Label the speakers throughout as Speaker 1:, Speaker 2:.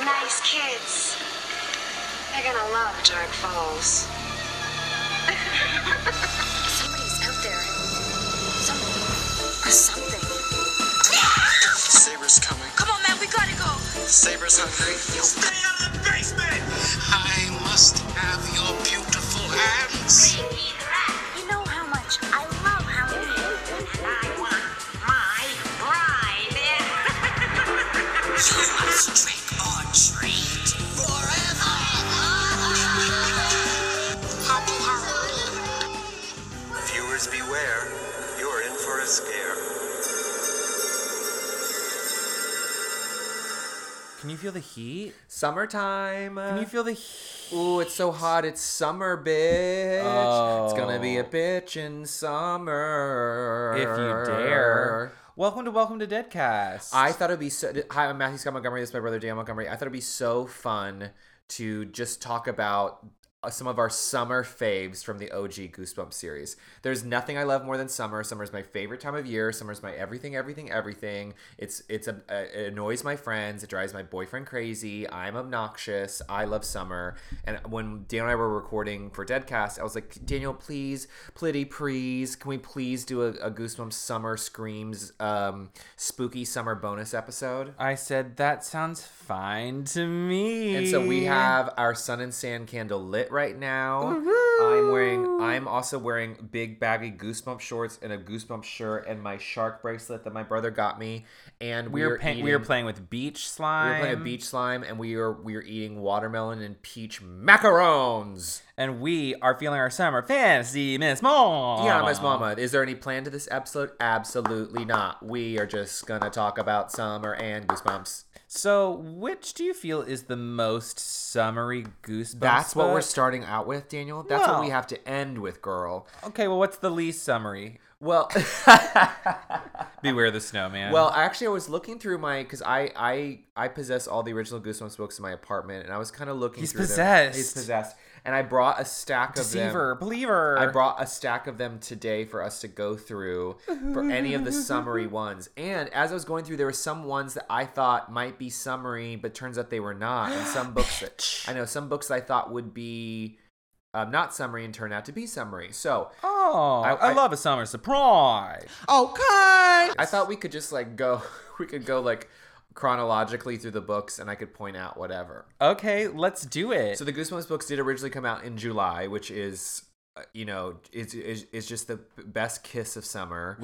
Speaker 1: nice kids. They're gonna love Dark Falls. Somebody's out there. Somebody. Or something.
Speaker 2: Saber's coming.
Speaker 3: Come on, man, we gotta go.
Speaker 2: Saber's hungry.
Speaker 4: Stay out of the basement!
Speaker 2: I must have your beautiful hands.
Speaker 1: You know how much I love Halloween.
Speaker 3: And I want my bride.
Speaker 4: You must trick or treat forever!
Speaker 3: Happy Halloween.
Speaker 5: Viewers beware, you're in for a scare.
Speaker 6: Can you feel the heat?
Speaker 7: Summertime.
Speaker 6: Can you feel the heat?
Speaker 7: Ooh, it's so hot. It's summer, bitch. It's gonna be a
Speaker 6: Oh.
Speaker 7: bitch in summer.
Speaker 6: If you dare. Welcome to Welcome to Deadcast.
Speaker 7: I thought it'd be so. Hi, I'm Matthew Scott Montgomery. This is my brother Dan Montgomery. I thought it'd be so fun to just talk about uh, some of our summer faves from the OG Goosebumps series. There's nothing I love more than summer. Summer's my favorite time of year. Summer's my everything, everything, everything. It's it's a, uh it annoys my friends. It drives my boyfriend crazy. I'm obnoxious. I love summer. And when Daniel and I were recording for Deadcast, I was like, Daniel, please, plitty, please, can we please do a, a Goosebumps summer screams um, spooky summer bonus episode?
Speaker 6: I said that sounds fine to me.
Speaker 7: And so we have our sun and sand candle lit right now. I'm wearing I'm also wearing big baggy goosebump shorts and a goosebump shirt and my shark bracelet that my brother got me. And
Speaker 6: we were pa- we
Speaker 7: eating-
Speaker 6: were playing with beach slime.
Speaker 7: we were playing a beach slime and we were we were eating watermelon and peach macarons.
Speaker 6: and we are feeling our summer fantasy, Miss Mom.
Speaker 7: Yeah, Miss Mama, is there any plan to this episode? Absolutely not. We are just gonna talk about summer and goosebumps.
Speaker 6: So, which do you feel is the most summery goosebumps?
Speaker 7: That's what we're
Speaker 6: book?
Speaker 7: starting out with, Daniel. That's what
Speaker 6: No.
Speaker 7: we have to end with, girl.
Speaker 6: okay. Well, what's the least summary?
Speaker 7: Well,
Speaker 6: Beware the snowman.
Speaker 7: Well, actually, I was looking through my because I I I possess all the original Goosebumps books in my apartment, and I was kind of looking.
Speaker 6: He's
Speaker 7: through them.
Speaker 6: possessed.
Speaker 7: He's possessed, and I brought a stack
Speaker 6: deceiver,
Speaker 7: of them.
Speaker 6: believer.
Speaker 7: I brought a stack of them today for us to go through for any of the summary ones. And as I was going through, there were some ones that I thought might be summary, but turns out they were not. And some books that I know some books that I thought would be um, not summary and turned out to be summary. So
Speaker 6: Oh, I,
Speaker 7: I- I-
Speaker 6: love a summer surprise.
Speaker 7: I thought we could just like go, we could go like chronologically through the books and I could point out whatever.
Speaker 6: Okay, let's do it.
Speaker 7: So the Goosebumps books did originally come out in July, which is, uh, you know, is, is, is just the best kiss of summer.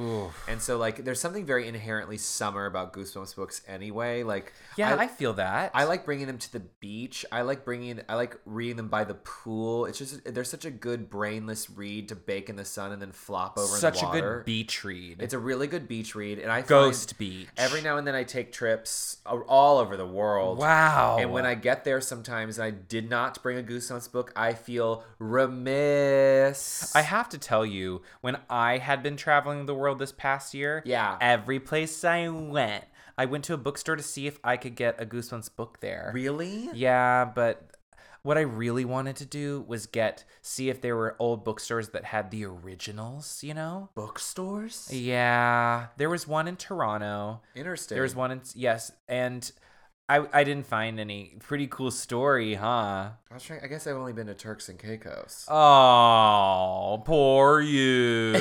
Speaker 7: And so like there's something very inherently summer about Goosebumps books anyway. Like,
Speaker 6: yeah, I,
Speaker 7: I,
Speaker 6: feel that.
Speaker 7: I like bringing them to the beach. I like bringing, I like reading them by the pool. It's just, they're such a good brainless read to bake in the sun and then flop over
Speaker 6: such
Speaker 7: in the
Speaker 6: a
Speaker 7: water.
Speaker 6: good beach read.
Speaker 7: It's a really good beach read, and I
Speaker 6: Ghost
Speaker 7: find
Speaker 6: Beach.
Speaker 7: Every now and then, I take trips a- all over the world.
Speaker 6: wow.
Speaker 7: And when I get there, sometimes and I did not bring a Goosebumps book. I feel remiss.
Speaker 6: I have to tell you, when I had been traveling the world this past year,
Speaker 7: Yeah.
Speaker 6: every place I went, I went to a bookstore to see if I could get a Goosebumps book there.
Speaker 7: really.
Speaker 6: Yeah, but what I really wanted to do was get see if there were old bookstores that had the originals, you know?
Speaker 7: Bookstores?
Speaker 6: Yeah, there was one in Toronto.
Speaker 7: Interesting.
Speaker 6: There was one in yes, and I I didn't find any. Pretty cool story, huh?
Speaker 7: I, was trying, I guess I've only been to Turks and Caicos.
Speaker 6: Oh, poor you.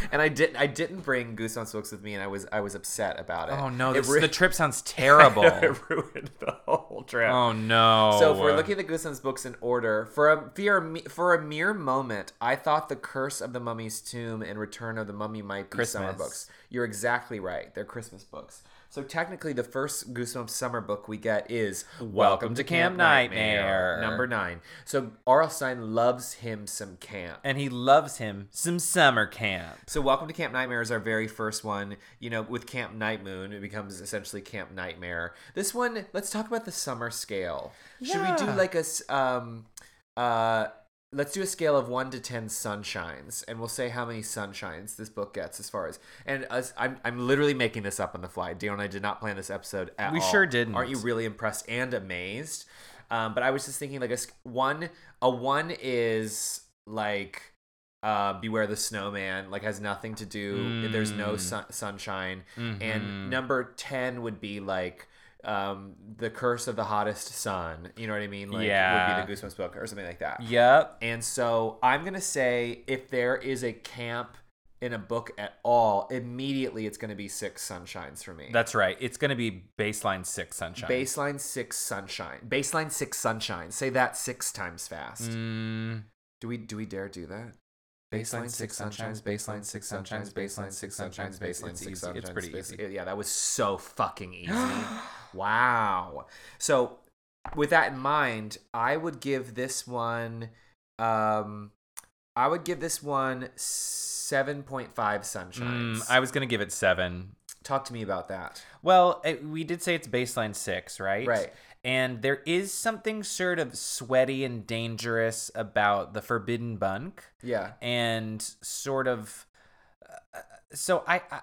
Speaker 7: and I didn't. I didn't bring Goosebumps books with me, and I was I was upset about it.
Speaker 6: oh no,
Speaker 7: It
Speaker 6: this,
Speaker 7: ru-
Speaker 6: the trip sounds
Speaker 7: I know,
Speaker 6: terrible.
Speaker 7: it ruined the whole trip.
Speaker 6: oh no.
Speaker 7: So if we're looking at the Goosebumps books in order, for a for a, me- for a mere moment, I thought the Curse of the Mummy's Tomb and Return of the Mummy might be summer
Speaker 6: Christmas.
Speaker 7: books. You're exactly right; they're Christmas books. So technically, the first Goosebumps summer book we get is Welcome,
Speaker 6: to Camp Nightmare.
Speaker 7: number nine. So R.L. Stein loves him some camp.
Speaker 6: and he loves him some summer camp.
Speaker 7: So Welcome to Camp Nightmare is our very first one. You know, with Camp Night Moon, it becomes essentially Camp Nightmare. This one, let's talk about the summer scale. Should we
Speaker 6: Yeah.
Speaker 7: do like a s- um uh let's do a scale of 1 to 10 sunshines and we'll say how many sunshines this book gets as far as and us, I'm I'm literally making this up on the fly. Dion and I did not plan this episode at
Speaker 6: We
Speaker 7: all.
Speaker 6: sure didn't.
Speaker 7: Aren't you really impressed and amazed? Um, but I was just thinking like a s- one a one is like uh, Beware the Snowman, like has nothing to do. There's no sun- sunshine. And number ten would be like um, The Curse of the Hottest Sun. You know what I mean? Like,
Speaker 6: Yeah.
Speaker 7: Would be the Goosebumps book or something like that.
Speaker 6: Yep.
Speaker 7: And so I'm going to say if there is a camp in a book at all, immediately it's going to be Six Sunshines for me.
Speaker 6: That's right. It's going to be baseline six sunshine.
Speaker 7: Baseline six sunshine. Baseline six sunshine. Say that six times fast.
Speaker 6: Mm.
Speaker 7: Do we do we dare do that?
Speaker 6: Baseline six sunshines, baseline six sunshines, baseline six sunshines, baseline
Speaker 7: It's
Speaker 6: six
Speaker 7: easy.
Speaker 6: sunshines. It's pretty
Speaker 7: basi-
Speaker 6: easy.
Speaker 7: Yeah, that was so fucking easy. wow. So, with that in mind, I would give this one. Um, I would give this one seven point five sunshines.
Speaker 6: Mm, I was going to give it seven.
Speaker 7: Talk to me about that.
Speaker 6: Well, it, we did say it's baseline six, right?
Speaker 7: Right.
Speaker 6: And there is something sort of sweaty and dangerous about the forbidden bunk,
Speaker 7: Yeah.
Speaker 6: and sort of. uh, so I, I,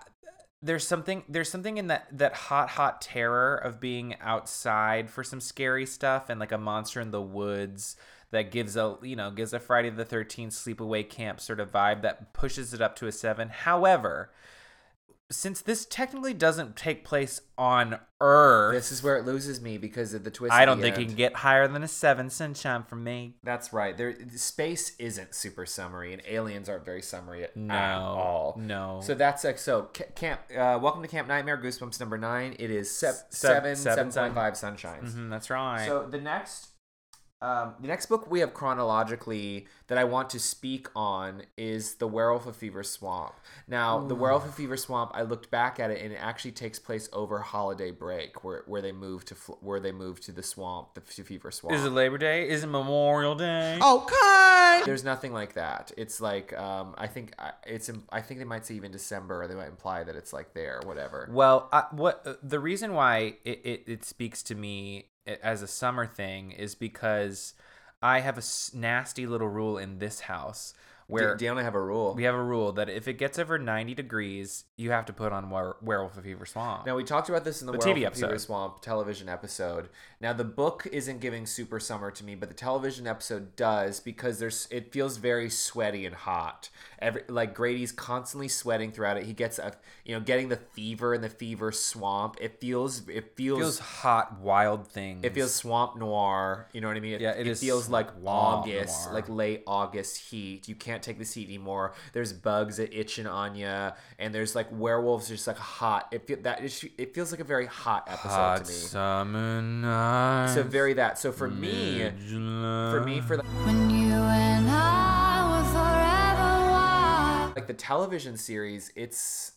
Speaker 6: there's something there's something in that that hot hot terror of being outside for some scary stuff and like a monster in the woods that gives a you know gives a Friday the 13th sleepaway camp sort of vibe that pushes it up to a seven. However, since this technically doesn't take place on Earth,
Speaker 7: This is where it loses me because of the twist.
Speaker 6: I
Speaker 7: at
Speaker 6: don't
Speaker 7: the
Speaker 6: think
Speaker 7: end.
Speaker 6: it can get higher than a seven sunshine for me.
Speaker 7: That's right. There, space isn't super summary, and aliens aren't very summary at,
Speaker 6: No,
Speaker 7: at all.
Speaker 6: no.
Speaker 7: So that's like so. ca- Camp, uh, welcome to Camp Nightmare. Goosebumps number nine. It is sep-
Speaker 6: Sep-
Speaker 7: seven,
Speaker 6: seven,
Speaker 7: seven point five sunshines.
Speaker 6: Mhm, that's right.
Speaker 7: So the next, um, the next book we have chronologically that I want to speak on is The Werewolf of Fever Swamp. Now, The Werewolf of Fever Swamp, I looked back at it and it actually takes place over holiday break, where where they move to Fl- where they move to the swamp, the to Fever Swamp.
Speaker 6: is it Labor Day? Is it Memorial Day?
Speaker 7: Oh. There's nothing like that. It's like um, I think I- it's im- I think they might say even December. Or they might imply that it's like there, whatever.
Speaker 6: Well, I, what uh, the reason why it, it, it speaks to me a- as a summer thing is because I have a s- nasty little rule in this house where
Speaker 7: Where D- Deanna have a rule.
Speaker 6: we have a rule that if it gets over 90 degrees, you have to put on Were- Werewolf of Fever Swamp.
Speaker 7: now we talked about this in the,
Speaker 6: The
Speaker 7: Werewolf
Speaker 6: TV
Speaker 7: of Fever
Speaker 6: episode.
Speaker 7: Swamp television episode. Now the book isn't giving super summer to me, but the television episode does because there's it feels very sweaty and hot. Every like Grady's constantly sweating throughout it. He gets a you know getting the fever in the fever swamp. It feels it feels.
Speaker 6: it feels hot, wild things.
Speaker 7: it feels swamp noir. You know what I mean? It,
Speaker 6: Yeah, it
Speaker 7: it
Speaker 6: is
Speaker 7: feels like
Speaker 6: swamp
Speaker 7: August,
Speaker 6: noir.
Speaker 7: like late August heat. You can't take this heat anymore. There's bugs that itching on you, and there's like werewolves just like hot. It feel, that is, it feels like a very hot episode
Speaker 6: hot
Speaker 7: to me.
Speaker 6: summer night.
Speaker 7: so very that. So for me, for me, for the,
Speaker 8: When you and I were forever wild.
Speaker 7: like the television series, it's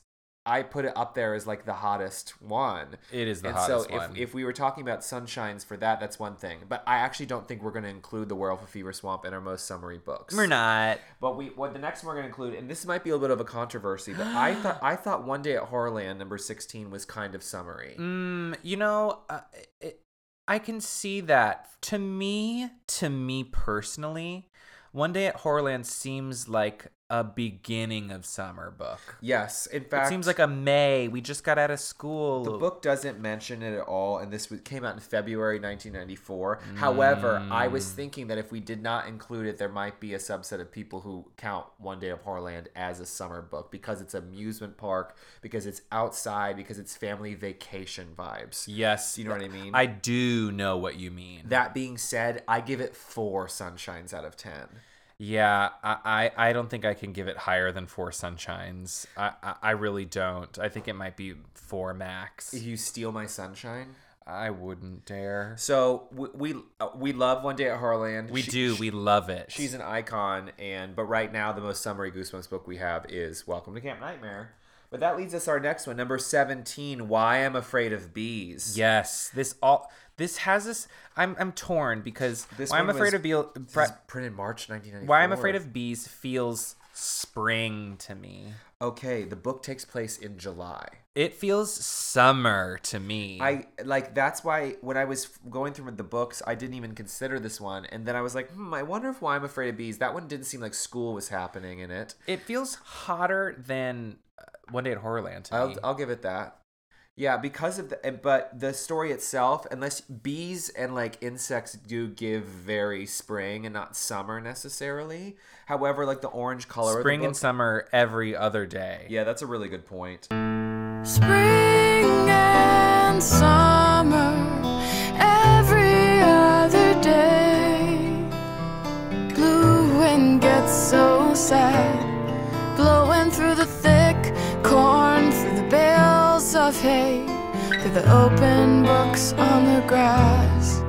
Speaker 7: I put it up there as like the hottest one.
Speaker 6: it is the
Speaker 7: and so
Speaker 6: hottest
Speaker 7: if,
Speaker 6: one.
Speaker 7: if we were talking about sunshines for that, that's one thing. But I actually don't think we're going to include the Werewolf of Fever Swamp in our most summary books.
Speaker 6: we're not.
Speaker 7: But we what the next one we're gonna include, and this might be a little bit of a controversy, but I thought I thought one day at Horrorland number sixteen was kind of summary.
Speaker 6: Mm, you know, uh, it, I can see that. To me, to me personally, One Day at Horrorland seems like a beginning of summer book.
Speaker 7: Yes, in fact,
Speaker 6: it seems like a May. We just got out of school.
Speaker 7: the book doesn't mention it at all, and this was- came out in February 1994. However, I was
Speaker 6: Mm.
Speaker 7: thinking that if we did not include it, there might be a subset of people who count One Day of Horrorland as a summer book because it's amusement park, because it's outside, because it's family vacation vibes.
Speaker 6: Yes,
Speaker 7: Do you know what I mean?
Speaker 6: I do know what you mean.
Speaker 7: That being said, I give it four sunshines out of ten.
Speaker 6: yeah, I, I, I don't think I can give it higher than four sunshines. I, I, I really don't. I think it might be four max.
Speaker 7: If you steal my sunshine.
Speaker 6: I wouldn't dare.
Speaker 7: So we we, uh, we love One Day at Horrorland.
Speaker 6: We
Speaker 7: She-
Speaker 6: do.
Speaker 7: she-
Speaker 6: we love it.
Speaker 7: she's an icon, and but right now the most summary Goosebumps book we have is Welcome to Camp Nightmare. But that leads us to our next one, number seventeen. Why I'm Afraid of Bees.
Speaker 6: Yes, this all this has this. I'm I'm torn because
Speaker 7: This
Speaker 6: why I'm
Speaker 7: one
Speaker 6: afraid
Speaker 7: was-
Speaker 6: of bees.
Speaker 7: This is printed March 1994.
Speaker 6: Why I'm afraid of bees feels spring to me.
Speaker 7: Okay, the book takes place in July.
Speaker 6: It feels summer to me.
Speaker 7: I like that's why when I was going through the books, I didn't even consider this one, and then I was like, hmm, I wonder if Why I'm Afraid of Bees. That one didn't seem like school was happening in it.
Speaker 6: it feels hotter than uh, One Day at Horrorland to me.
Speaker 7: I'll, I'll give it that. Yeah, because of the and- but the story itself, unless bees and like insects do give very spring and not summer necessarily. However, like the orange color
Speaker 6: spring
Speaker 7: of the
Speaker 6: and
Speaker 7: book,
Speaker 6: summer every other day.
Speaker 7: Yeah, that's a really good point.
Speaker 8: Spring and summer take to the open books on the grass.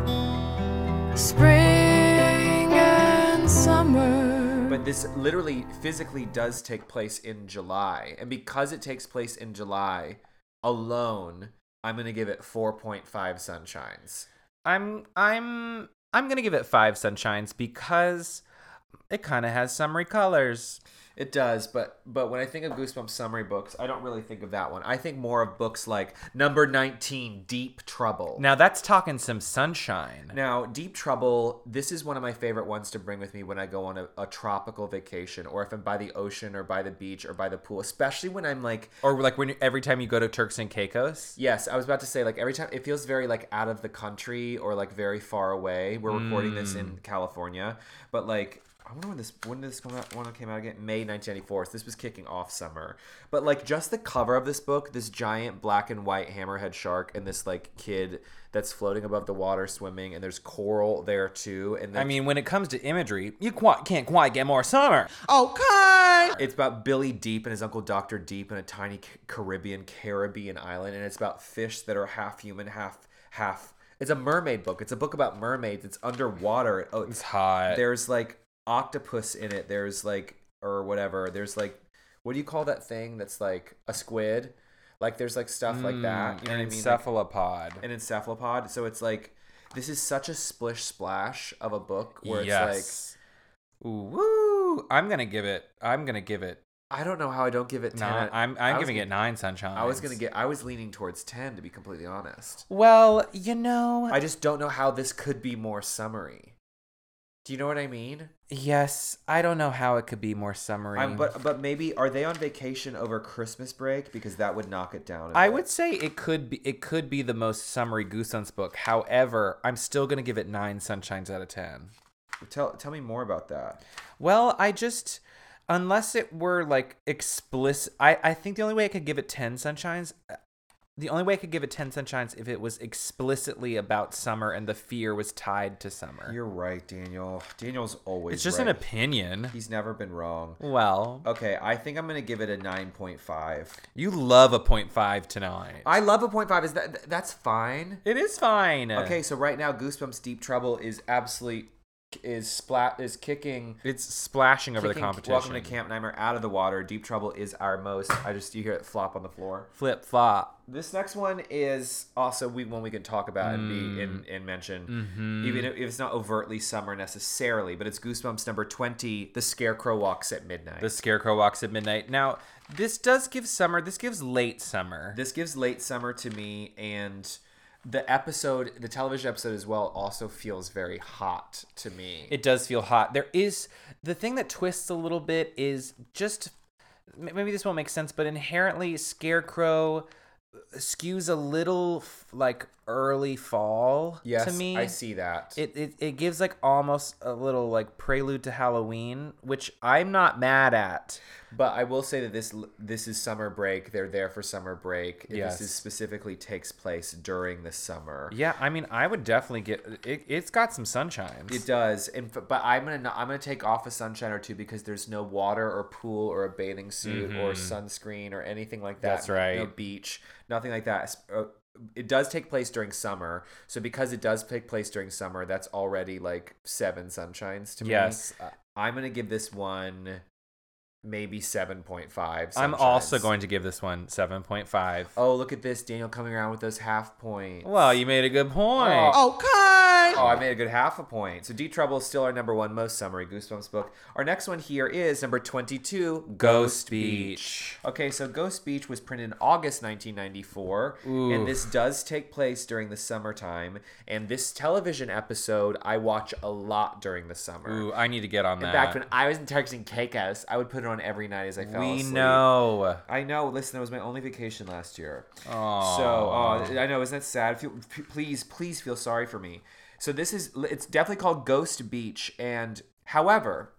Speaker 8: Spring and summer.
Speaker 7: But this literally physically does take place in July. And because it takes place in July alone, I'm going to give it 4.5 sunshines.
Speaker 6: I'm I'm I'm gonna give it five sunshines because it kind of has summery colors.
Speaker 7: It does, but but when I think of Goosebumps summary books, I don't really think of that one. I think more of books like number 19 Deep Trouble.
Speaker 6: Now that's talking some sunshine.
Speaker 7: Now, Deep Trouble, this is one of my favorite ones to bring with me when I go on a, a tropical vacation or if I'm by the ocean or by the beach or by the pool, especially when I'm like,
Speaker 6: Or like when every time you go to Turks and Caicos.
Speaker 7: yes, I was about to say, like, every time it feels very like out of the country or like very far away. We're recording this
Speaker 6: Mm.
Speaker 7: in California, but like, I wonder when this when did this come out when it came out again? May 1994. So this was kicking off summer. But like just the cover of this book, this giant black and white hammerhead shark and this like kid that's floating above the water swimming and there's coral there too and then
Speaker 6: I mean, when it comes to imagery, you qui- can't quite get more summer.
Speaker 7: It's about Billy Deep and his uncle Dr. Deep in a tiny C- Caribbean Caribbean island and it's about fish that are half human, half half It's a mermaid book. It's a book about mermaids. It's underwater. Oh, it's
Speaker 6: hot.
Speaker 7: There's like octopus in it. There's like or whatever. There's like what do you call that thing that's like a squid? Like there's like stuff like that. You
Speaker 6: Mm, An
Speaker 7: know what I mean? Like,
Speaker 6: encephalopod.
Speaker 7: an encephalopod. So it's like this is such a splish splash of a book where it's like
Speaker 6: yes. Ooh, woo. I'm gonna give it. I'm gonna give it.
Speaker 7: I don't know how I don't give it 10.
Speaker 6: Nine, I'm
Speaker 7: I
Speaker 6: I'm
Speaker 7: was
Speaker 6: giving
Speaker 7: gonna-
Speaker 6: it nine sunshine.
Speaker 7: I was gonna get. I was leaning towards ten, to be completely honest.
Speaker 6: Well, you know.
Speaker 7: I just don't know how this could be more summary. Do you know what I mean?
Speaker 6: yes, I don't know how it could be more summery.
Speaker 7: I'm, but but maybe are they on vacation over Christmas break? Because that would knock it down. a
Speaker 6: I
Speaker 7: bit.
Speaker 6: would say it could be it could be the most summary Goosebumps book. However, I'm still gonna give it nine sunshines out of ten.
Speaker 7: tell tell me more about that.
Speaker 6: Well, I just unless it were like explicit, I I think the only way I could give it ten sunshines. uh, The only way I could give it ten sunshines if it was explicitly about summer and the fear was tied to summer.
Speaker 7: You're right, Daniel. Daniel's always.
Speaker 6: it's just an
Speaker 7: right. Oh.
Speaker 6: opinion.
Speaker 7: He's never been wrong.
Speaker 6: Well,
Speaker 7: Okay, I think I'm gonna give it a nine point five.
Speaker 6: you love a point five tonight.
Speaker 7: I love a point five. Is that that's fine?
Speaker 6: it is fine.
Speaker 7: Okay, so right now Goosebumps Deep Trouble is absolutely is splat is kicking
Speaker 6: it's splashing over the
Speaker 7: Kicking-
Speaker 6: competition.
Speaker 7: Welcome to Camp Nightmare. Out of the water. Deep Trouble is our most. I just you hear it flop on the floor.
Speaker 6: Flip flop.
Speaker 7: This next one is also we one we can talk about and
Speaker 6: Mm.
Speaker 7: be and, and mention,
Speaker 6: Mm-hmm.
Speaker 7: even if it's not overtly summer necessarily, but it's Goosebumps number twenty. The Scarecrow walks at midnight.
Speaker 6: The scarecrow walks at midnight. Now, this does give summer. This gives late summer.
Speaker 7: This gives late summer to me, and the episode, the television episode as well, also feels very hot to me.
Speaker 6: it does feel hot. There is the thing that twists a little bit is just m- maybe this won't make sense, but inherently Scarecrow skews a little f- like early fall
Speaker 7: yes,
Speaker 6: to me.
Speaker 7: I see that.
Speaker 6: It, it it gives like almost a little like prelude to Halloween, which I'm not mad at.
Speaker 7: But I will say that this this is summer break. They're there for summer break.
Speaker 6: Yes.
Speaker 7: This is specifically takes place during the summer.
Speaker 6: Yeah, I mean, I would definitely get it. It's got some sunshine.
Speaker 7: It does, and f- but I'm gonna not- I'm gonna take off a sunshine or two because there's no water or pool or a bathing suit or sunscreen or anything like that.
Speaker 6: Mm-hmm. That's right.
Speaker 7: No beach, nothing like that. S- uh, It does take place during summer, so because it does take place during summer, that's already like seven sunshines to
Speaker 6: Yes.
Speaker 7: me. I'm gonna give this one maybe seven point five.
Speaker 6: I'm also going to give this one 7.5.
Speaker 7: Oh, look at this, Daniel coming around with those half points.
Speaker 6: Well, you made a good point.
Speaker 7: Oh, I made a good half a point. So D Trouble is still our number one most summary Goosebumps book. Our next one here is number 22,
Speaker 6: Ghost Beach.
Speaker 7: Okay, so Ghost Beach was printed in August 1994, and this does take place during the summertime. And this television episode I watch a lot during the summer.
Speaker 6: Ooh, I need to get on that.
Speaker 7: in fact, when I was in Turks and Caicos, I would put it on every night as I fell
Speaker 6: we
Speaker 7: asleep.
Speaker 6: know.
Speaker 7: I know. Listen, that was my only vacation last year.
Speaker 6: Aw.
Speaker 7: So
Speaker 6: uh,
Speaker 7: oh, I know, isn't that sad? Feel, p- please, please feel sorry for me. So this is it's definitely called Ghost Beach, and however,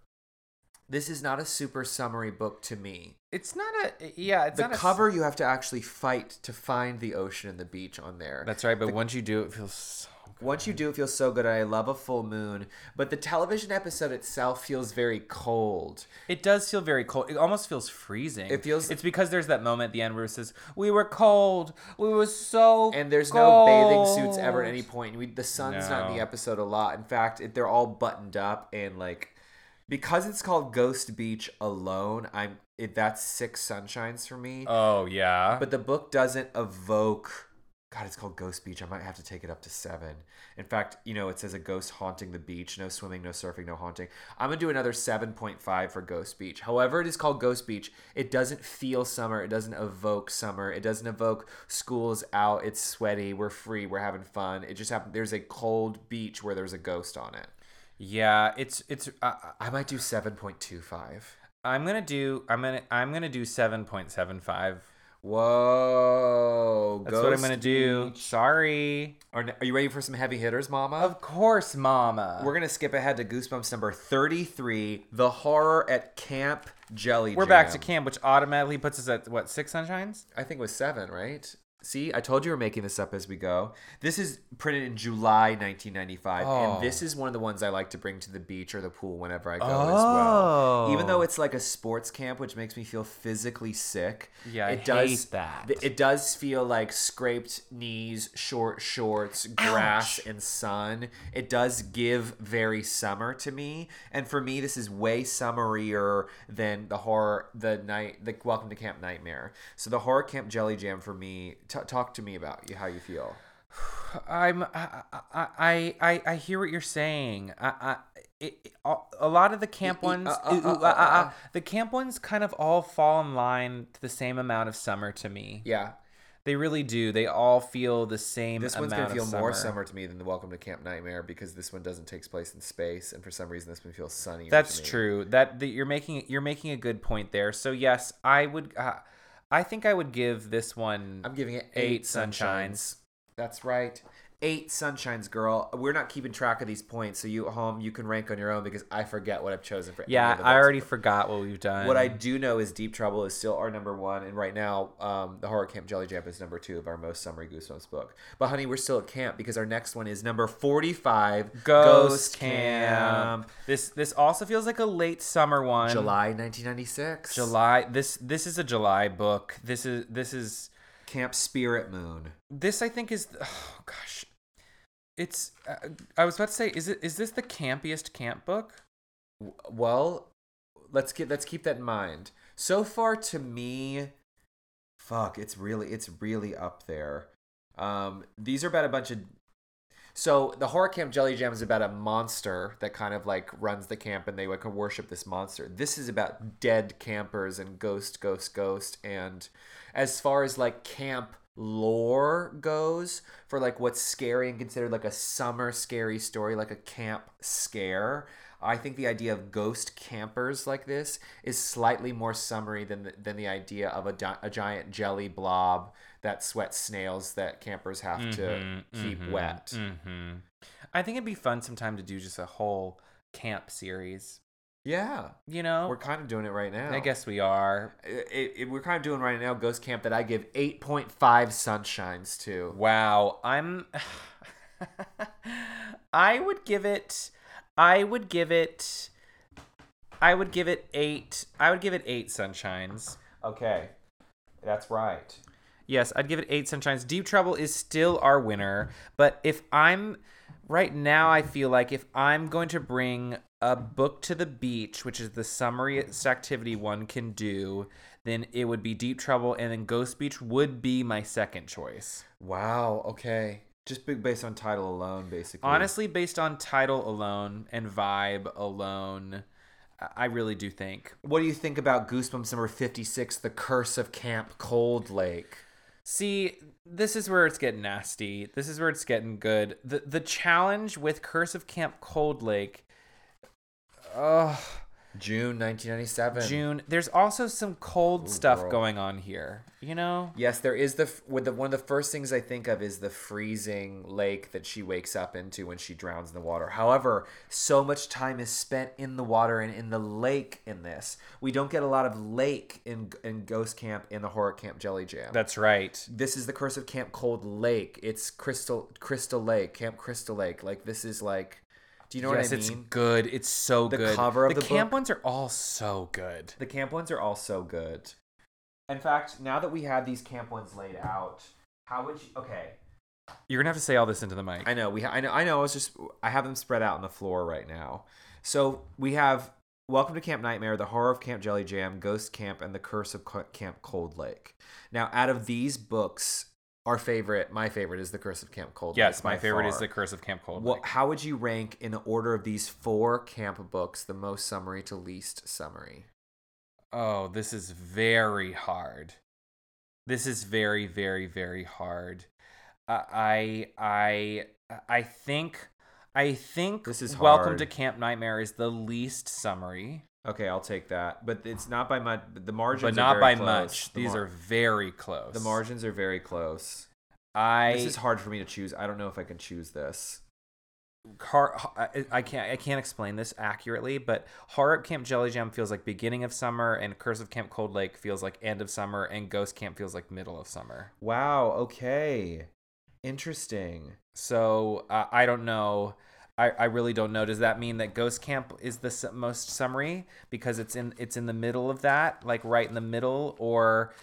Speaker 7: this is not a super summary book to me.
Speaker 6: It's not a yeah. It's
Speaker 7: the
Speaker 6: not
Speaker 7: cover you have to actually fight to find the ocean and the beach on there.
Speaker 6: A, that's right. But once you do, it feels so
Speaker 7: Once you do, it feels so good. I love a full moon, but the television episode itself feels very cold.
Speaker 6: It does feel very cold. It almost feels freezing.
Speaker 7: It feels-
Speaker 6: It's because there's that moment at the end where it says, "We were cold. We were so."
Speaker 7: and there's no bathing suits ever at
Speaker 6: cold."
Speaker 7: any point. We, the sun's not in the
Speaker 6: No.
Speaker 7: episode a lot. In fact, it, they're all buttoned up and like because it's called Ghost Beach Alone. I'm it, that's six sunshines for me.
Speaker 6: Oh yeah.
Speaker 7: but the book doesn't evoke. God, it's called Ghost Beach. I might have to take it up to seven. In fact, you know, it says a ghost haunting the beach. No swimming, no surfing, no haunting. I'm gonna do another 7.5 for Ghost Beach. However, it is called Ghost Beach. It doesn't feel summer. It doesn't evoke summer. It doesn't evoke school's out. It's sweaty. We're free. We're having fun. It just happened. There's a cold beach where there's a ghost on it.
Speaker 6: yeah, it's it's. Uh,
Speaker 7: I might do 7.25.
Speaker 6: I'm gonna do. I'm gonna. I'm gonna do seven point seven five.
Speaker 7: Whoa.
Speaker 6: That's what I'm gonna do. Sorry.
Speaker 7: Are, are you ready for some heavy hitters, Mama?
Speaker 6: Of course, Mama.
Speaker 7: We're gonna skip ahead to Goosebumps number thirty-three, the horror at Camp Jelly.
Speaker 6: We're back to
Speaker 7: Jam.
Speaker 6: camp, which automatically puts us at what six sunshines.
Speaker 7: I think it was seven, right? See, I told you we're making this up as we go. This is printed in July 1995,
Speaker 6: Oh.
Speaker 7: and this is one of the ones I like to bring to the beach or the pool whenever I go as well. Even
Speaker 6: Oh.
Speaker 7: though it's like a sports camp, which makes me feel physically sick.
Speaker 6: Yeah, I
Speaker 7: it does
Speaker 6: hate that.
Speaker 7: th- It does feel like scraped knees, short shorts, grass, and sun. It does give very summer to me, and for me, this is way summerier than the horror, the night, the Welcome to Camp Nightmare. So the horror camp Jelly Jam for me. T- talk to me about you, how you feel.
Speaker 6: I'm I I I- I, I hear what you're saying. I, I it, it- a- a lot of the camp
Speaker 7: Ooh, ooh,
Speaker 6: ones,
Speaker 7: ah, ah,
Speaker 6: ooh, ooh,
Speaker 7: ah,
Speaker 6: ah,
Speaker 7: ah,
Speaker 6: ah,
Speaker 7: ah.
Speaker 6: ah, the camp ones kind of all fall in line to the same amount of summer to me.
Speaker 7: Yeah,
Speaker 6: They really do. They all feel the same.
Speaker 7: this one's gonna
Speaker 6: amount of
Speaker 7: feel more summer to me than the Welcome to Camp Nightmare because this one doesn't take place in space, and for some reason, this one feels sunny.
Speaker 6: That's true. That, that you're making you're making a good point there. So yes, I would. Uh, I think I would give this one.
Speaker 7: I'm giving it eight,
Speaker 6: Eight
Speaker 7: sunshines.
Speaker 6: sunshines.
Speaker 7: That's right. Eight sunshines, girl. We're not keeping track of these points, so you at home you can rank on your own because I forget what I've chosen for. any
Speaker 6: yeah,
Speaker 7: of the
Speaker 6: I
Speaker 7: books.
Speaker 6: already forgot what we've done.
Speaker 7: What I do know is Deep Trouble is still our number one, and right now, um, the Horror Camp Jelly Jam is number two of our most summary Goosebumps book. But honey, we're still at camp because our next one is number forty-five,
Speaker 6: Ghost Camp. This this also feels like a late summer one.
Speaker 7: July nineteen ninety-six.
Speaker 6: July. This this is a July book. This is this is
Speaker 7: Camp Spirit Moon.
Speaker 6: this I think is oh gosh. It's uh, I was about to say is it is this the campiest camp book?
Speaker 7: well let's get let's keep that in mind so far to me fuck it's really it's really up there um these are about a bunch of so the horror camp jelly jam is about a monster that kind of like runs the camp and they like worship this monster this is about dead campers and ghost ghost ghost and as far as like camp lore goes for like what's scary and considered like a summer scary story like a camp scare i think the idea of ghost campers like this is slightly more summary than the, than the idea of a, di- a giant jelly blob that sweats snails that campers have to keep wet
Speaker 6: hmm Mm-hmm, I think it'd be fun sometime to do just a whole camp series.
Speaker 7: yeah
Speaker 6: You know,
Speaker 7: we're kind of doing it right now
Speaker 6: I guess we are.
Speaker 7: it, it, we're kind of doing right now ghost camp that i give 8.5 sunshines to
Speaker 6: Wow, I'm. I would give it. I would give it. I would give it eight. I would give it eight sunshines.
Speaker 7: okay that's right
Speaker 6: Yes, I'd give it eight sunshines. Deep Trouble is still our winner, but if I'm right now, I feel like if I'm going to bring a book to the beach, which is the summary activity one can do, then it would be Deep Trouble, and then Ghost Beach would be my second choice.
Speaker 7: Wow. Okay. Just b- based on title alone, basically.
Speaker 6: honestly based on title alone and vibe alone I- i really do think
Speaker 7: what do you think about Goosebumps number fifty-six, "The Curse of Camp Cold Lake"?
Speaker 6: see this is where it's getting nasty this is where it's getting good the the challenge with curse of camp cold lake oh
Speaker 7: June 1997.
Speaker 6: June. There's also some cold stuff
Speaker 7: girl.
Speaker 6: going on here. You know?
Speaker 7: Yes, there is the f- with the one of the first things I think of is the freezing lake that she wakes up into when she drowns in the water. However, so much time is spent in the water and in the lake in this. We don't get a lot of lake in in Ghost Camp and the Horror Camp Jelly Jam.
Speaker 6: That's right.
Speaker 7: this is the curse of Camp Cold Lake. It's Crystal Crystal Lake, Camp Crystal Lake. Like this is like do you know
Speaker 6: yes,
Speaker 7: what I
Speaker 6: it's
Speaker 7: mean?
Speaker 6: good. It's so
Speaker 7: The
Speaker 6: good.
Speaker 7: cover of the
Speaker 6: camp
Speaker 7: book-
Speaker 6: ones are all so good.
Speaker 7: The camp ones are all so good. In fact, now that we have these camp ones laid out, how would you okay,
Speaker 6: You're gonna have to say all this into the mic.
Speaker 7: I know we. Ha- I know. I know. I was just. I have them spread out on the floor right now. So we have Welcome to Camp Nightmare, The Horror of Camp Jelly Jam, Ghost Camp, and The Curse of Co- Camp Cold Lake. Now, out of these books, our favorite, my favorite, is The Curse of Camp Cold Lake.
Speaker 6: yes, my
Speaker 7: by
Speaker 6: favorite is
Speaker 7: far.
Speaker 6: the Curse of Camp Cold.
Speaker 7: What,
Speaker 6: Lake.
Speaker 7: how would you rank in the order of these four camp books, the most summary to least summary?
Speaker 6: Oh, this is very hard. This is very, very, very hard. Uh, I, I, I think, I think.
Speaker 7: This is
Speaker 6: Welcome
Speaker 7: hard.
Speaker 6: to Camp Nightmare is the least summary,
Speaker 7: Okay, I'll take that. But it's not by much. The margins,
Speaker 6: but
Speaker 7: are
Speaker 6: not
Speaker 7: very
Speaker 6: by
Speaker 7: close.
Speaker 6: much.
Speaker 7: The
Speaker 6: These
Speaker 7: mar-
Speaker 6: are very close.
Speaker 7: the margins are very close.
Speaker 6: I
Speaker 7: this is hard for me to choose. I don't know if I can choose this.
Speaker 6: Har- I, I can't I can't explain this accurately, but Horror Camp Jelly Jam feels like beginning of summer, and Curse of Camp Cold Lake feels like end of summer, and Ghost Camp feels like middle of summer.
Speaker 7: Wow. Okay. Interesting.
Speaker 6: So uh, I don't know. I, I really don't know. Does that mean that Ghost Camp is the su- most summary because it's in it's in the middle of that, like right in the middle, or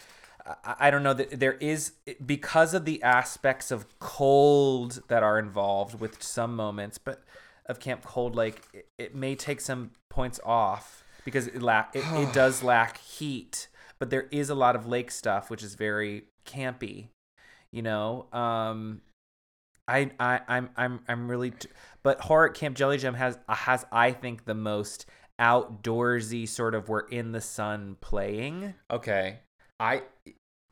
Speaker 6: I, I don't know that there is because of the aspects of cold that are involved with some moments, but of Camp Cold Lake, it, it may take some points off because it lack it, it does lack heat, but there is a lot of lake stuff which is very campy, you know. Um, I, I I'm I'm I'm really t- but horror camp jelly jam has has I think the most outdoorsy sort of we're in the sun playing.
Speaker 7: Okay. I.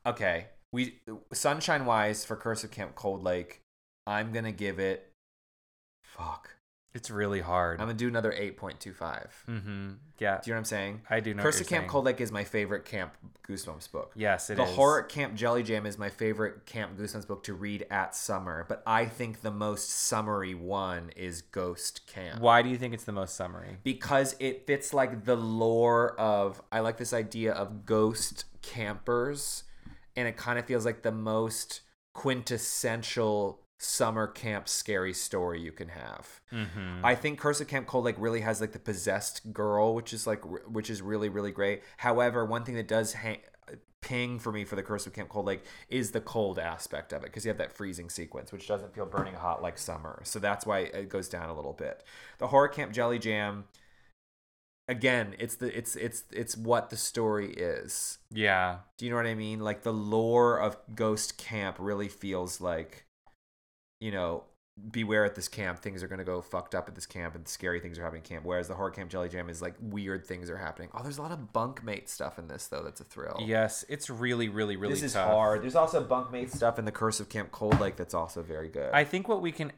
Speaker 7: Okay. We sunshine wise for Curse of Camp Cold Lake. I'm gonna give it. Fuck.
Speaker 6: It's really hard.
Speaker 7: I'm gonna do another eight point two five.
Speaker 6: mm-hmm. Yeah.
Speaker 7: Do you know what I'm saying?
Speaker 6: I do know what
Speaker 7: Curse
Speaker 6: you're
Speaker 7: of Camp
Speaker 6: saying.
Speaker 7: Cold Lake is my favorite Camp Goosebumps book.
Speaker 6: yes, it is
Speaker 7: the horror camp jelly jam is my favorite camp goosebumps book to read at summer but i think the most summary one is ghost camp
Speaker 6: Why do you think it's the most summary?
Speaker 7: because it fits like the lore of I like this idea of ghost campers and it kind of feels like the most quintessential summer camp scary story you can have. I think Curse of Camp Cold Lake really has like the possessed girl, which is like re- which is really really great. However, one thing that does hang ping for me for the Curse of Camp Cold Lake is the cold aspect of it because you have that freezing sequence, which doesn't feel burning hot like summer. So that's why it goes down a little bit. The Horror Camp Jelly Jam, again, it's the it's it's it's what the story is.
Speaker 6: Yeah.
Speaker 7: Do you know what I mean? Like the lore of Ghost Camp really feels like, you know, beware at this camp. Things are gonna go fucked up at this camp, and scary things are happening at camp. Whereas the Horror Camp Jelly Jam is like weird things are happening. Oh, there's a lot of bunkmate stuff in this though. That's a thrill
Speaker 6: Yes, it's really really really
Speaker 7: this is
Speaker 6: tough.
Speaker 7: hard. There's also bunkmate stuff in the Curse of Camp Cold Lake that's also very good.
Speaker 6: I think what we can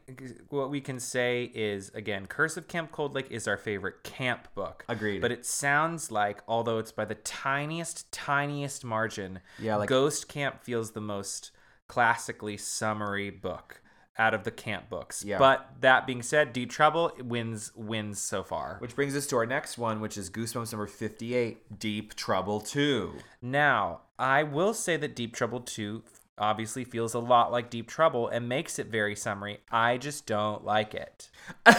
Speaker 6: what we can say is again, Curse of Camp Cold Lake is our favorite camp book.
Speaker 7: Agreed.
Speaker 6: But it sounds like, although it's by the tiniest, tiniest margin,
Speaker 7: Yeah, like-
Speaker 6: Ghost Camp feels the most classically summary book out of the camp books.
Speaker 7: Yeah.
Speaker 6: But that being said, D Trouble wins wins so far.
Speaker 7: which brings us to our next one, which is Goosebumps number 58, Deep Trouble 2.
Speaker 6: Now, I will say that Deep Trouble 2 obviously feels a lot like Deep Trouble and makes it very summary. I just don't like it.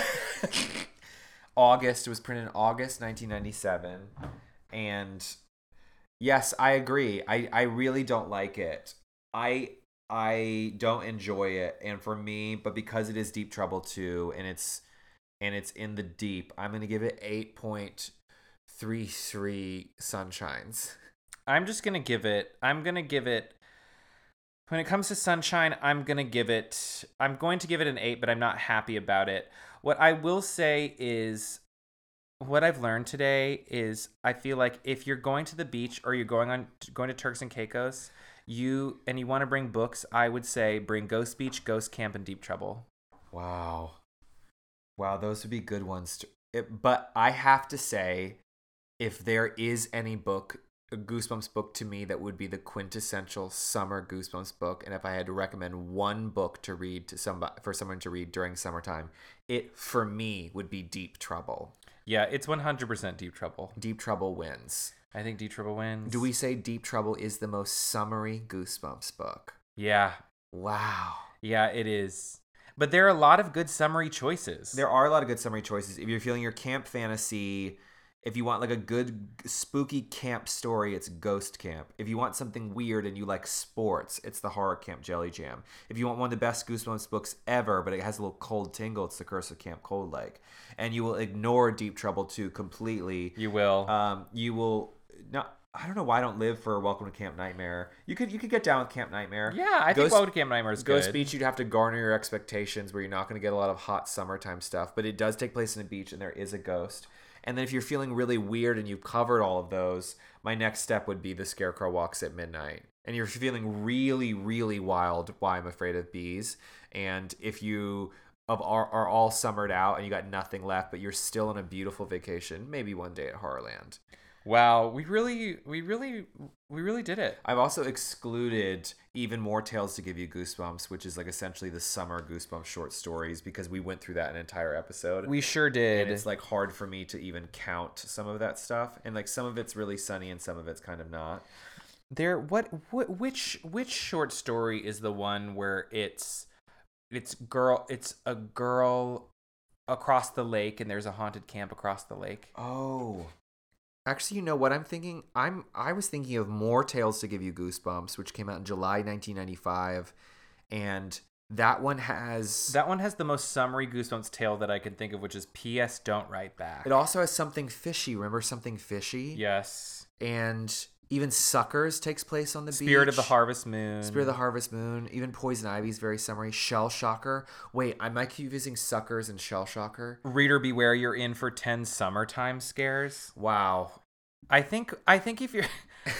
Speaker 7: August it was printed in August 1997 and yes, I agree. I I really don't like it. I I don't enjoy it and for me, but because it is Deep Trouble 2 and it's and it's in the deep, I'm going to give it 8.33 sunshines.
Speaker 6: I'm just gonna give it. I'm gonna give it. When it comes to sunshine, I'm gonna give it. I'm going to give it an eight, but I'm not happy about it. What I will say is, what I've learned today is, I feel like if you're going to the beach or you're going on going to Turks and Caicos, you and you want to bring books, I would say bring Ghost Beach, Ghost Camp, and Deep Trouble.
Speaker 7: Wow. Wow, those would be good ones. To, it, but I have to say, if there is any book, a Goosebumps book to me that would be the quintessential summer Goosebumps book, and if I had to recommend one book to read to somebody for someone to read during summertime, it for me would be Deep Trouble.
Speaker 6: Yeah, it's 100% Deep Trouble.
Speaker 7: Deep Trouble wins.
Speaker 6: I think Deep Trouble wins.
Speaker 7: Do we say Deep Trouble is the most summery Goosebumps book?
Speaker 6: Yeah.
Speaker 7: Wow.
Speaker 6: Yeah, it is. But there are a lot of good summary choices.
Speaker 7: There are a lot of good summary choices. If you're feeling your camp fantasy, if you want like a good spooky camp story, it's Ghost Camp. If you want something weird and you like sports, it's the Horror Camp Jelly Jam. If you want one of the best Goosebumps books ever, but it has a little cold tingle, it's The Curse of Camp Cold Lake. And you will ignore Deep Trouble 2 completely.
Speaker 6: You will.
Speaker 7: um, you will not. I don't know why I don't live for Welcome to Camp Nightmare. You could you could get down with Camp Nightmare.
Speaker 6: yeah, I think
Speaker 7: Ghost-
Speaker 6: Welcome to Camp Nightmare is good.
Speaker 7: Ghost Beach, you'd have to garner your expectations where you're not going to get a lot of hot summertime stuff, but it does take place in a beach and there is a ghost. And then if you're feeling really weird and you've covered all of those, my next step would be The Scarecrow Walks at Midnight. And if you're feeling really, really wild, Why I'm Afraid of Bees. And if you of are, are all summered out and you got nothing left, but you're still on a beautiful vacation, maybe one day at Horrorland.
Speaker 6: Wow, we really, we really, we really did it.
Speaker 7: I've also excluded even more tales to give you goosebumps, which is like essentially the summer goosebumps short stories because we went through that an entire episode.
Speaker 6: We sure did.
Speaker 7: and it's like hard for me to even count some of that stuff, and like some of it's really sunny and some of it's kind of not.
Speaker 6: there what, what which which short story is the one where it's it's girl it's a girl across the lake and there's a haunted camp across the lake
Speaker 7: Oh, actually, you know what I'm thinking? I'm I was thinking of more tales to give you goosebumps, which came out in July 1995, and that one has
Speaker 6: that one has the most summary goosebumps tale that i can think of which is ps don't write back
Speaker 7: it also has something fishy. Remember something fishy?
Speaker 6: yes
Speaker 7: and even Suckers takes place on the beach.
Speaker 6: spirit of the harvest moon
Speaker 7: Spirit of the Harvest Moon, even Poison Ivy's very summary. Shell Shocker. Wait, am I confusing Suckers and Shell Shocker?
Speaker 6: reader beware you're in for 10 summertime scares
Speaker 7: Wow.
Speaker 6: i think i think if you're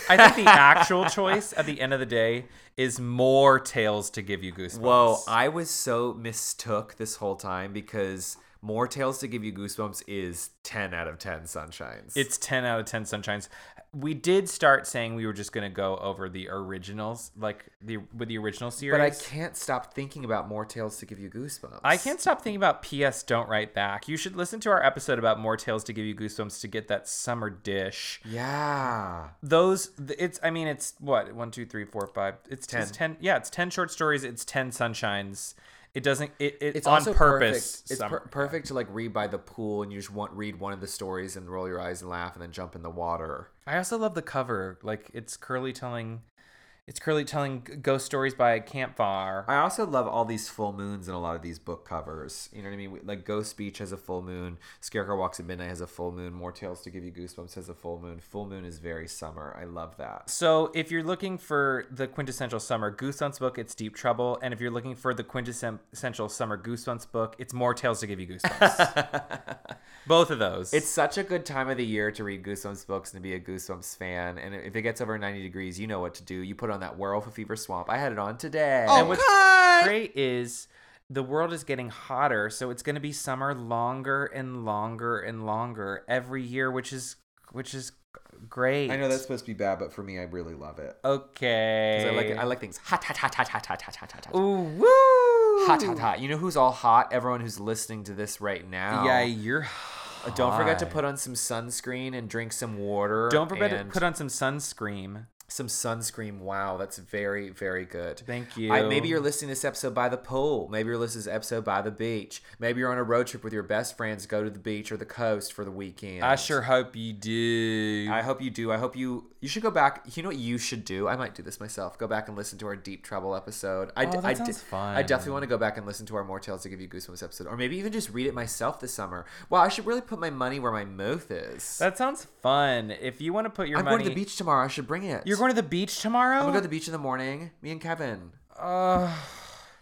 Speaker 6: i think the actual choice at the end of the day is more tales to give you goosebumps
Speaker 7: Whoa, I was so mistook this whole time because More Tales to Give You Goosebumps is 10 out of 10 sunshines.
Speaker 6: It's 10 out of 10 sunshines. We did start saying we were just going to go over the originals, like the with the original series.
Speaker 7: But I can't stop thinking about More Tales to Give You Goosebumps.
Speaker 6: I can't stop thinking about PS Don't Write Back. You should listen to our episode about more tales to give you goosebumps to get that summer dish.
Speaker 7: Yeah.
Speaker 6: Those th- it's I mean it's what one two three four five it's ten.
Speaker 7: Ten.
Speaker 6: It's ten yeah it's ten short stories it's ten sunshines. It doesn't it, it
Speaker 7: it's
Speaker 6: on
Speaker 7: also
Speaker 6: purpose.
Speaker 7: Perfect. It's
Speaker 6: summer.
Speaker 7: per- perfect to like read by the pool, and you just want read one of the stories and roll your eyes and laugh, and then jump in the water.
Speaker 6: I also love the cover. Like it's Curly telling, it's Curly telling g- ghost stories by a campfire.
Speaker 7: I also love all these full moons in a lot of these book covers. You know what I mean? Like Ghost Beach has a full moon, Scarecrow Walks at Midnight has a full moon, More Tales to Give You Goosebumps has a full moon. Full moon is very summer. I love that.
Speaker 6: So if you're looking for the quintessential summer Goosebumps book, it's Deep Trouble, and if you're looking for the quintessential summer Goosebumps book, it's More Tales to Give You Goosebumps. Both of those.
Speaker 7: It's such a good time of the year to read Goosebumps books and to be a Goosebumps fan. And if it gets over 90 degrees, you know what to do. You put on that Werewolf of Fever Swamp. I had it on today.
Speaker 6: and what's great is the world is getting hotter, so it's going to be summer longer and longer and longer every year, which is which is great.
Speaker 7: I know that's supposed to be bad, but for me, I really love it.
Speaker 6: okay.
Speaker 7: 'Cause I like I like things hot, hot, hot, hot, hot, hot, hot, hot, hot, hot.
Speaker 6: Ooh, woo!
Speaker 7: Hot, hot, hot. You know who's all hot? Everyone who's listening to this right now.
Speaker 6: Yeah, you're.
Speaker 7: Uh, Don't forget to
Speaker 6: hot.
Speaker 7: put on some sunscreen and drink some water.
Speaker 6: Don't forget to
Speaker 7: and
Speaker 6: put on some sunscreen.
Speaker 7: some sunscreen. Wow, that's very, very good.
Speaker 6: Thank
Speaker 7: I, maybe
Speaker 6: you.
Speaker 7: you're listening to this episode by the pool. Maybe you're listening to this episode by the beach. Maybe you're on a road trip with your best friends, go to the beach or the coast for the weekend.
Speaker 6: I sure hope you do.
Speaker 7: I hope you do. I hope you you should go back. You know what you should do? I might do this myself. Go back and listen to our deep trouble episode. I,
Speaker 6: Oh,
Speaker 7: d-
Speaker 6: that
Speaker 7: I
Speaker 6: sounds fun.
Speaker 7: I definitely want to go back and listen to our more tales to give you goosebumps episode, or maybe even just read it myself this summer. Wow, I should really put my money where my mouth is.
Speaker 6: that sounds fun. If you want to put your
Speaker 7: I'm
Speaker 6: money,
Speaker 7: going to the beach tomorrow. I should bring it.
Speaker 6: You're going to the beach tomorrow.
Speaker 7: I'm gonna go to the beach in the morning. Me and Kevin,
Speaker 6: Uh,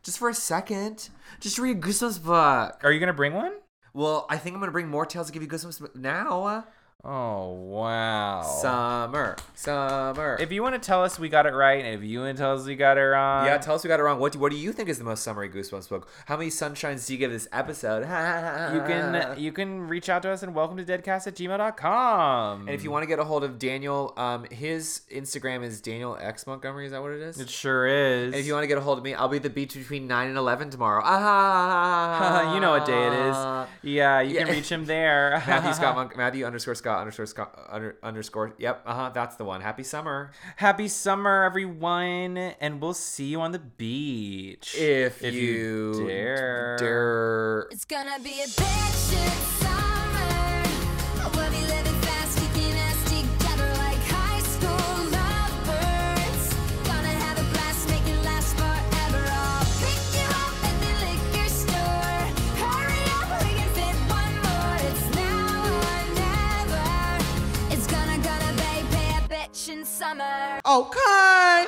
Speaker 7: just for a second, just read a goosebumps book.
Speaker 6: are you going to bring one?
Speaker 7: Well, I think I'm gonna bring more tales to give you goosebumps now.
Speaker 6: Oh wow.
Speaker 7: Summer, summer.
Speaker 6: if you want to tell us we got it right, and if you want to tell us we got it wrong,
Speaker 7: yeah, tell us we got it wrong. What do, what do you think is the most summary Goosebumps book? How many sunshines do you give this episode?
Speaker 6: you can uh, you can reach out to us and welcome to deadcast at gmail.com.
Speaker 7: And if you want to get a hold of Daniel, um, his Instagram is Daniel X Montgomery. Is that what it is?
Speaker 6: it sure is.
Speaker 7: And if you want to get a hold of me, I'll be at the beach between nine and eleven tomorrow. Ah,
Speaker 6: you know what day it is. Yeah, you
Speaker 7: Yeah.
Speaker 6: can reach him there.
Speaker 7: Matthew Scott Monk, Matthew underscore Scott underscore Scott under, underscore. Yep, uh huh. That's the one. Happy summer.
Speaker 6: Happy summer, everyone, and we'll see you on the beach
Speaker 7: If, you,
Speaker 6: dare.
Speaker 7: dare.
Speaker 8: It's gonna be a bad shit summer. We'll be living fast, kicking ass together like high school lovebirds. Gonna have a blast, make it last forever. I'll pick you up at the liquor store. Hurry up, we can fit one more. It's now or never. It's gonna, gonna be a bad bitchin' summer.
Speaker 7: Okay.